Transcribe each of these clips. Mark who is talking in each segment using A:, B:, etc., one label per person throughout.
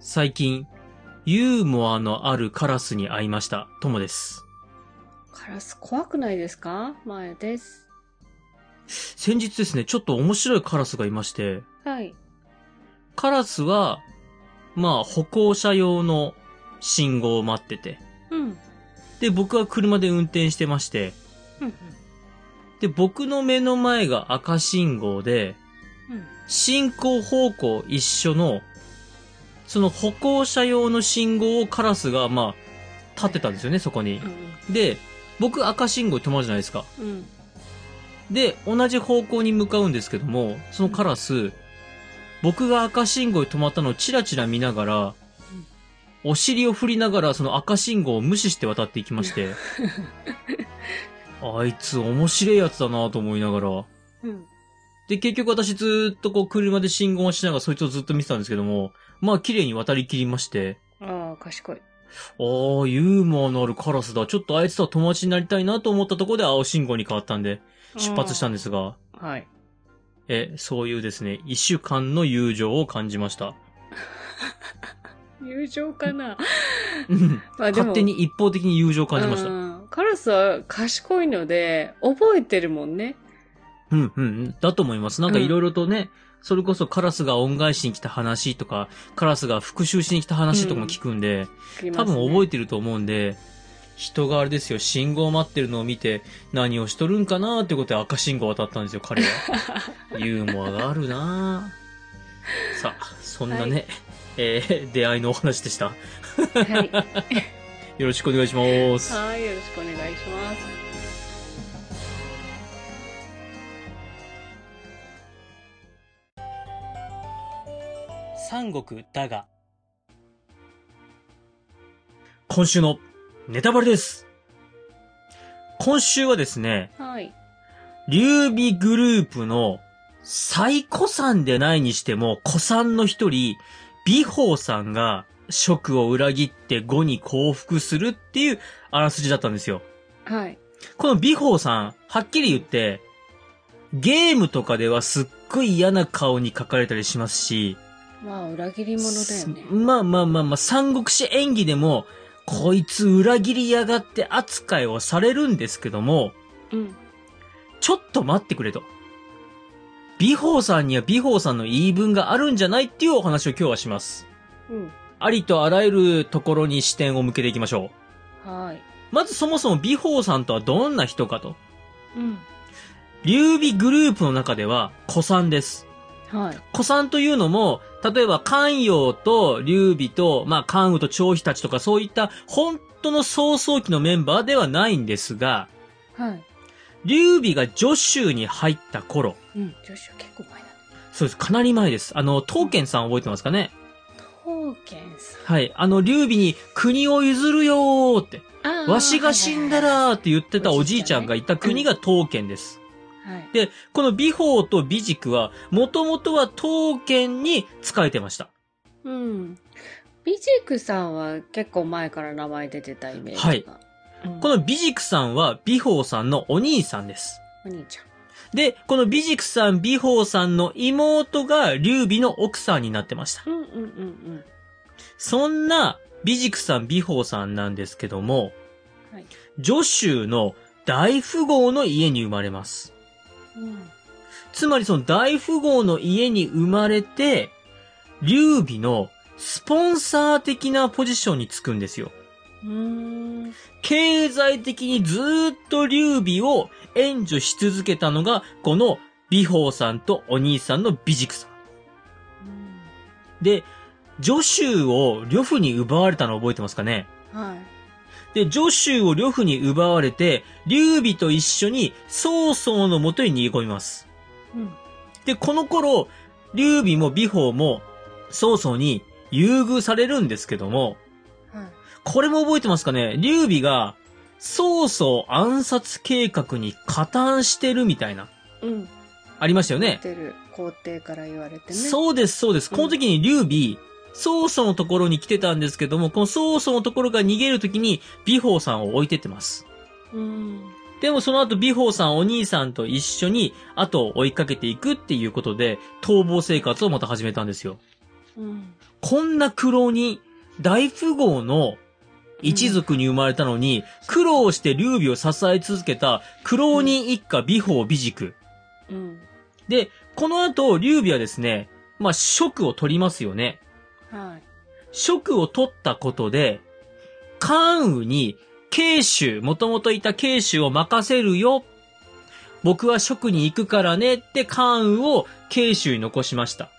A: 最近、ユーモアのあるカラスに会いました。ともです。
B: カラス怖くないですか前です。
A: 先日ですね、ちょっと面白いカラスがいまして、
B: はい。
A: カラスは、まあ、歩行者用の信号を待ってて、
B: うん。
A: で、僕は車で運転してまして、
B: うん。
A: で、僕の目の前が赤信号で、
B: うん。
A: 進行方向一緒の、その歩行者用の信号をカラスが、まあ、立ってたんですよね、そこに。で、僕赤信号で止まるじゃないですか。
B: うん。うん。
A: で、同じ方向に向かうんですけども、そのカラス、僕が赤信号で止まったのをチラチラ見ながら、お尻を振りながらその赤信号を無視して渡っていきまして、あいつ面白いやつだなと思いながら、
B: うん。
A: で、結局私ずーっとこう車で信号をしながらそいつをずっと見てたんですけども、まあ綺麗に渡りきりまして、
B: ああ、賢い。
A: あーユーモアのあるカラスだ。ちょっとあいつとは友達になりたいなと思ったところで青信号に変わったんで、出発したん
B: で
A: ですが、
B: す。はい。
A: え、そういうですね、一週間の友情を感じま した。
B: 友情かな
A: うん
B: まあ
A: 勝手に一方的に友情を感じました。うん
B: た。カラスは賢いので、覚えてるもんね。
A: うんうん。だと思います。なんかいろいろとね、それこそカラスが恩返しに来た話とか、カラスが復讐しに来た話とかも聞くんで、多分覚え
B: て
A: てると思うんで、人があれですよ、信号待ってるのを見て、何をしとるんかなーってことで赤信号渡ったんですよ、彼は。 ユーモアがあるなーさあ、そんなね、えー出会いのお話でした。
B: はい。
A: よろしくお願いします。
B: はい。よろしくお願いします。
A: 三国だが。今週のネタバレです。今週はですね、
B: はい。
A: 劉備グループの最古参でないにしても古参の一人、美宝さんが職を裏切って後に降伏するっていうあらすじだったんですよ。
B: はい。
A: この美宝さん、はっきり言って、ゲームとかではすっごい嫌な顔に描かれたりしますし、
B: まあ、裏切り者だよね。
A: まあまあまあまあ、三国志演技でも、こいつ裏切りやがって扱いをされるんですけども、
B: うん。
A: ちょっと待ってくれと。美宝さんには美宝さんの言い分があるんじゃないっていうお話を今日はします。
B: うん。
A: ありとあらゆるところに視点を向けていきましょ
B: はい。
A: う。まずそもそも美宝さんとはどんな人かと。
B: うん。
A: 劉備グループの中では、古参です。
B: はい。
A: 古参というのも、例えば関陽と劉備と、まあ関羽と張飛たちとかそういった本当の早々期のメンバーではないんですが、
B: はい。
A: 劉備が助州に入った頃、
B: うん。女子は結構前だね。
A: そうです、かなり前です。あの、刀剣さん覚えてますかね
B: 刀剣さん。
A: はい。あの、劉備に国を譲るよーって、
B: あー
A: わしが死んだらーって言ってたおじいちゃんがいた国が刀剣です。
B: はい。
A: で、この美宝と美軸は、もともとは刀剣に仕えてました。
B: うん。ビジクさんは結構前から名前出てたイメージが。
A: はい
B: うん
A: この美塾さんは美宝さんのお兄さんです。
B: お兄ち
A: で、この美塾さん、美宝さんの妹が劉備の奥さんになってました
B: ゃん。。うんうんうん
A: そんな美塾さん、美宝さんなんですけども、
B: うん。はい。
A: 助州の大富豪の家に生まれます。
B: うん。
A: つまりその大富豪の家に生まれて、劉備のスポンサー的なポジションにつくんですよ。
B: うーん。
A: 経済的にずーっと劉備を援助し続けたのが、この美宝さんとお兄さんの美塾さん。で、助州を呂布に奪われたの覚えてますかね
B: はい。
A: で、助州を呂布に奪われて、劉備と一緒に曹操のもとに逃げ込みます。
B: うん。
A: で、この頃、劉備も美宝も曹操に優遇されるんですけども、
B: はい。
A: これも覚えてますかね劉備が、曹操暗殺計画に加担してるみたいな、
B: うん。
A: ありましたよ
B: 言っ
A: ね。
B: てる。皇帝から言われてね。う。
A: そうです、そうです。
B: うん
A: この時に劉備、曹操のところに来てたんですけども、この曹操のところが逃げる時に、美宝さんを置いてってます。
B: うん。
A: でもその後、美宝さんお兄さんと一緒に、後を追いかけていくっていうことで、逃亡生活をまた始めたんですよ。
B: うん。
A: こんな苦労に、大富豪の一族に生まれたのに、苦労して劉備を支え続けた苦労人一家美宝美塾。
B: うん。
A: で、この後、劉備はですね、まあ、職を取りますよね。
B: はい。
A: 職を取ったことで、関羽に、慶州、もともといた慶州を任せるよ。僕は職に行くからねって関羽を慶州に残しました。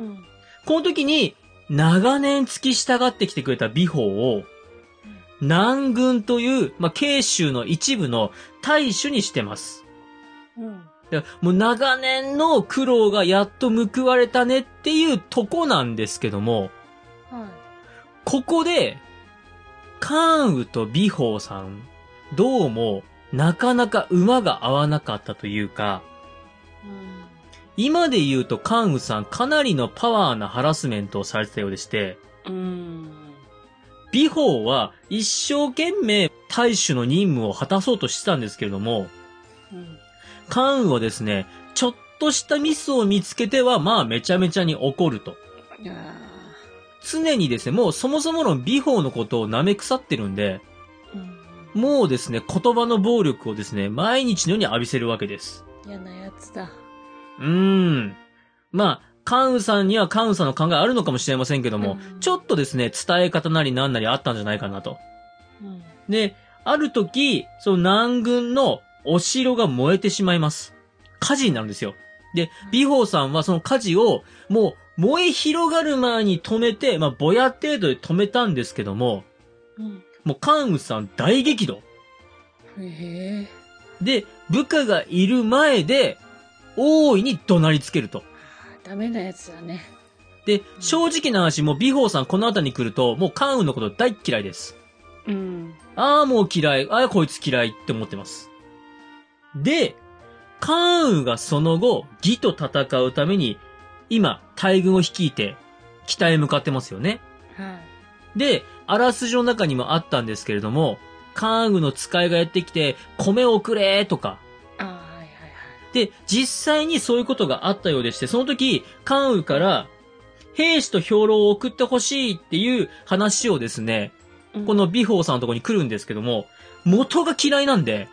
B: うん。
A: この時に、長年付き従ってきてくれた美宝を、南軍という、まあ、慶州の一部の大主にしてます。
B: うん。
A: だからもう長年の苦労がやっと報われたねっていうとこなんですけども、
B: はい。
A: ここで、関羽と美宝さん、どうも、なかなか馬が合わなかったというか、
B: うん。
A: 今で言うと関羽さんかなりのパワーなハラスメントをされてたようでして、
B: うん。
A: 美宝は一生懸命大主の任務を果たそうとしてたんですけれども、
B: うん。
A: 関羽はですね、ちょっとしたミスを見つけては、まあめちゃめちゃに怒ると。
B: いや
A: 常にですね、もうそもそもの美法のことを舐め腐ってるんで、
B: ーうん。
A: もうですね、言葉の暴力をですね、毎日のように浴びせるわけです。
B: 嫌なやつだ。
A: うーん。まあ、関羽さんには関羽さんの考えあるのかもしれませんけども、
B: うん
A: ちょっとですね、伝え方なりなんなりあったんじゃないかなと。
B: うん。
A: で、ある時、その南軍のお城が燃えてしまいます。火事になるんですよ。で、美宝さんはその火事を、もう燃え広がる前に止めて、まあ、ぼや程度で止めたんですけども、
B: うん。
A: もう関羽さん大激怒。
B: へえ。
A: で、部下がいる前で、大いに怒鳴りつけると。
B: ダメなやつだね。
A: で、正直な話、もう美宝さんこの辺りに来ると、もう関羽のこと大っ嫌いです。
B: うん。
A: ああ、もう嫌い。ああ、こいつ嫌いって思ってます。で、関羽がその後、義と戦うために、今、大軍を率いて、北へ向かってますよね。
B: は
A: で、あらすじの中にもあったんですけれども、関羽の使いがやってきて、米をくれとか、
B: い。ああ、はいはい
A: で、実際にそういうことがあったようでして、その時、関羽から、兵士と兵糧を送ってほしいっていう話をですね、
B: はい。
A: こ、の美宝さんのところに来るんですけども、元が嫌いなんで、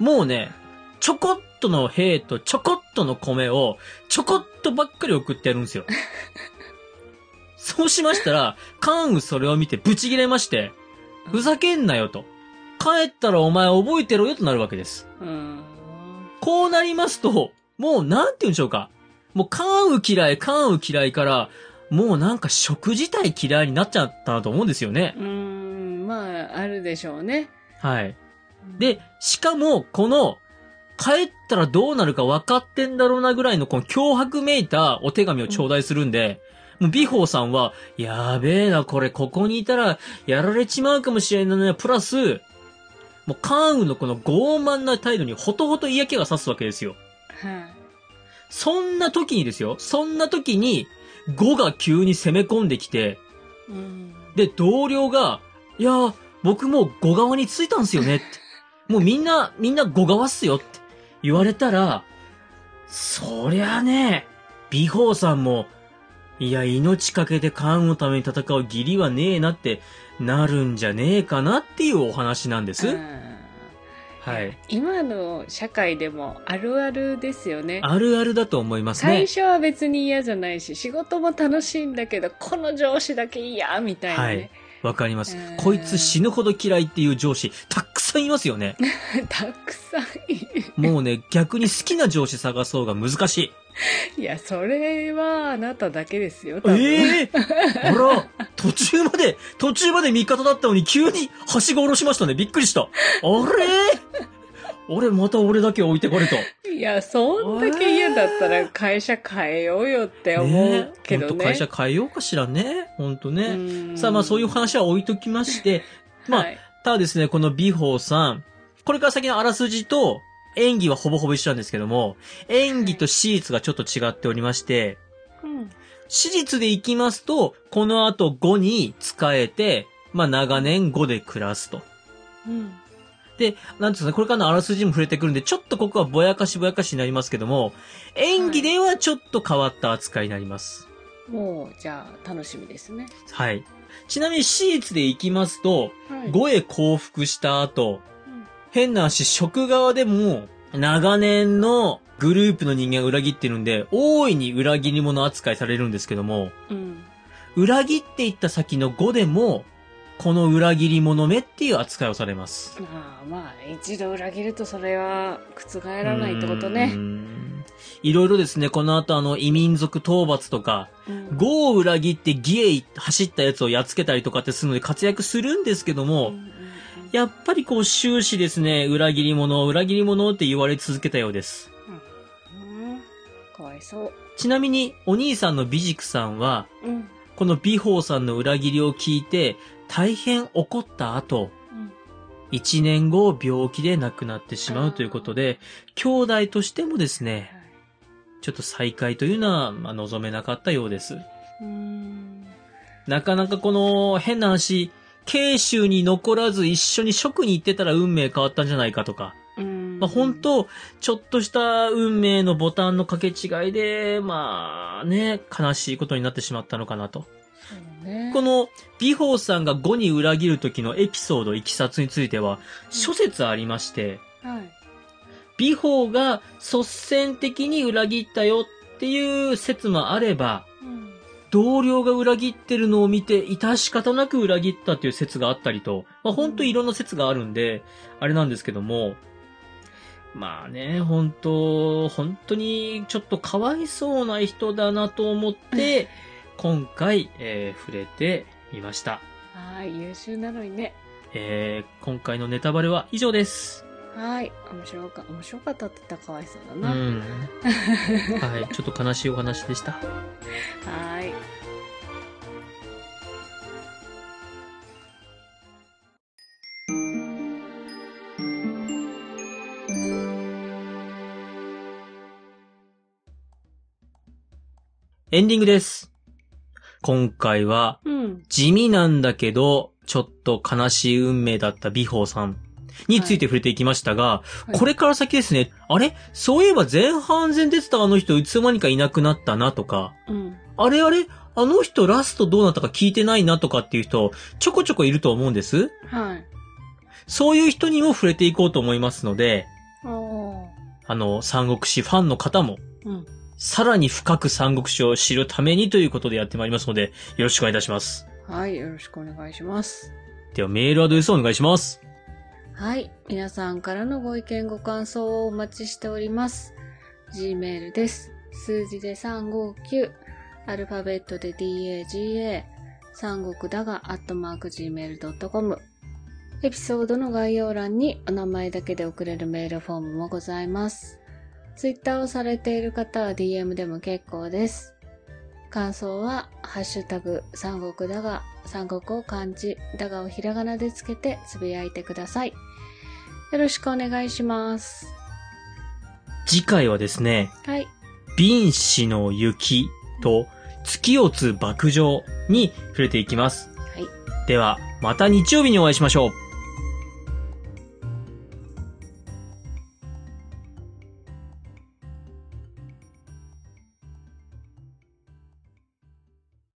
A: もうね、ちょこっとの兵とちょこっとの米を、ちょこっとばっかり送ってやるんですよ。そうしましたら、関羽それを見てブチ切れまして、ふざけんなよと。帰ったらお前覚えてろよとなるわけです。
B: うん。
A: こうなりますと、もうなんて言うんでしょうか。もう関羽嫌い、関羽嫌いから、もうなんか食自体嫌いになっちゃったなと思うんですよね。
B: うん。まあ、あるでしょうね。
A: はい。で、、しかも、この、帰ったらどうなるか分かってんだろうなぐらいの、この脅迫めいたお手紙を頂戴するんで、もう、美宝さんは、やべえな、これ、ここにいたら、やられちまうかもしれないな、プラス、もう、関羽のこの傲慢な態度に、ほとほと嫌気がさすわけですよ。
B: はい。
A: そんな時にですよ、そんな時に、語が急に攻め込んできて、
B: うん。
A: で、同僚が、いやー、僕もう5側に着いたんすよねって。もうみんな、みんな5側っすよって言われたら、そりゃあね、美宝さんも、いや、命かけて関羽のために戦う義理はねえなって、なるんじゃねえかなっていうお話なんです。
B: うん
A: はい。。
B: 今の社会でもあるあるですよね。
A: あるあるだと思います
B: 最
A: ね。
B: 初は別に嫌じゃないし、仕事も楽しいんだけど、この上司だけ嫌みたいなね。
A: わかります
B: うん。
A: こいつ死ぬほど嫌いっていう上司、たくさんいますよね。
B: たくさんいる。
A: もうね、逆に好きな上司探そうが難しい。
B: いや、それはあなただけですよ、多分。
A: ええあら、途中まで、途中まで味方だったのに急に、はしご下ろしましたね。びっくりした。あれ俺、また俺だけ置いてこれと。
B: いや、そんだけ嫌だったら会社変えようよって思うけど
A: ほん
B: ね。
A: と会社変えようかしらね。ほんとね。
B: ね
A: さあ、まあそういう話は置いときまして、まあ、
B: はい、
A: ただですね、この美宝さん、これから先のあらすじと、演技はほぼほぼ一緒なんですけども、演技と史実がちょっと違っておりまして、
B: うん
A: 史実で行きますと、この後5に仕えて、まあ長年5で暮らすと。
B: うん
A: で、なんていうんですかね、これからのあらすじにも触れてくるんで、ちょっとここはぼやかしぼやかしになりますけども、演技ではちょっと変わった扱いになります。
B: うもう、じゃあ、楽しみですね。
A: はい。ちなみにシーツで行きますと、
B: はい。
A: 語へ降伏した後、
B: うん
A: 変な話、食側でも、長年のグループの人間が裏切ってるんで、大いに裏切り者扱いされるんですけども、
B: うん。
A: 裏切っていった先の語でも、この裏切り者めっていう扱いをされます。
B: ああ、まあ、一度裏切るとそれは覆らないってこと
A: うー
B: ね。
A: ん。いろいろですね、この後あの、異民族討伐とか、
B: うん
A: 語を裏切って義へ走ったやつをやっつけたりとかってするので活躍するんですけども、
B: うんうんうん
A: やっぱりこう終始ですね、裏切り者、裏切り者って言われ続けたようです。
B: うんかわいそう。
A: ちなみに、お兄さんの美塾さんは、
B: うん。
A: この美宝さんの裏切りを聞いて、大変怒った後、
B: うん
A: 1年後病気で亡くなってしまうということで、兄弟としてもですね、
B: はい
A: ちょっと再会というのは、まあ、望めなかったようです。
B: うーん。
A: なかなかこの変な話、慶州に残らず一緒に職に行ってたら運命変わったんじゃないかとか、
B: うん
A: まあ、本当ちょっとした運命のボタンの掛け違いで、まあね、悲しいことになってしまったのかなと。
B: そうね。
A: この、美宝さんが5に裏切る時のエピソード、いきさつについては、諸説ありまして、
B: はい。
A: 美宝が率先的に裏切ったよっていう説もあれば、
B: うん。
A: 同僚が裏切ってるのを見て、致し方なく裏切ったっていう説があったりと、まあ本当いろんな説があるんで、あれなんですけども、まあね、本当本当にちょっとかわいそうな人だなと思って、今回、えー触れてみました。
B: はい、優秀なのにね。
A: えー今回のネタバレは以上です。
B: はい、面白か、面白かったって言ったらかわいそうだ
A: う
B: な。
A: ん。はい、ちょっと悲しいお話でした。
B: はい。
A: エンディングです。今回は、
B: うん。
A: 地味なんだけど、ちょっと悲しい運命だった美宝さんについて触れていきましたが、
B: い
A: これから先ですね、あれそういえば前半戦出てたあの人いつの間にかいなくなったなとか、
B: うん。
A: あれあれあの人ラストどうなったか聞いてないなとかっていう人、ちょこちょこいると思うんです。
B: はい。
A: そういう人にも触れていこうと思いますので、
B: おー。
A: あの、三国志ファンの方も、
B: うん。
A: さらに深く三国志を知るためにということでやってまいりますので、よろしくお願いいたします。
B: はい、よろしくお願いします。
A: ではメールアドレスをお願いします。
B: はい、皆さんからのご意見、ご感想をお待ちしております。Gmail です。数字で359、アルファベットで DAGA、三国だが、アットマーク Gmail.com。エピソードの概要欄にお名前だけで送れるメールフォームもございます。Twitter をされている方は DM でも結構です。感想は、ハッシュタグ、三国だが、三国を漢字、だがをひらがなでつけてつぶやいてください。よろしくお願いします。
A: 次回はですね、
B: はい。
A: 瓶子の雪と月をつ爆上に触れていきます。
B: はい。
A: では、また日曜日にお会いしましょう。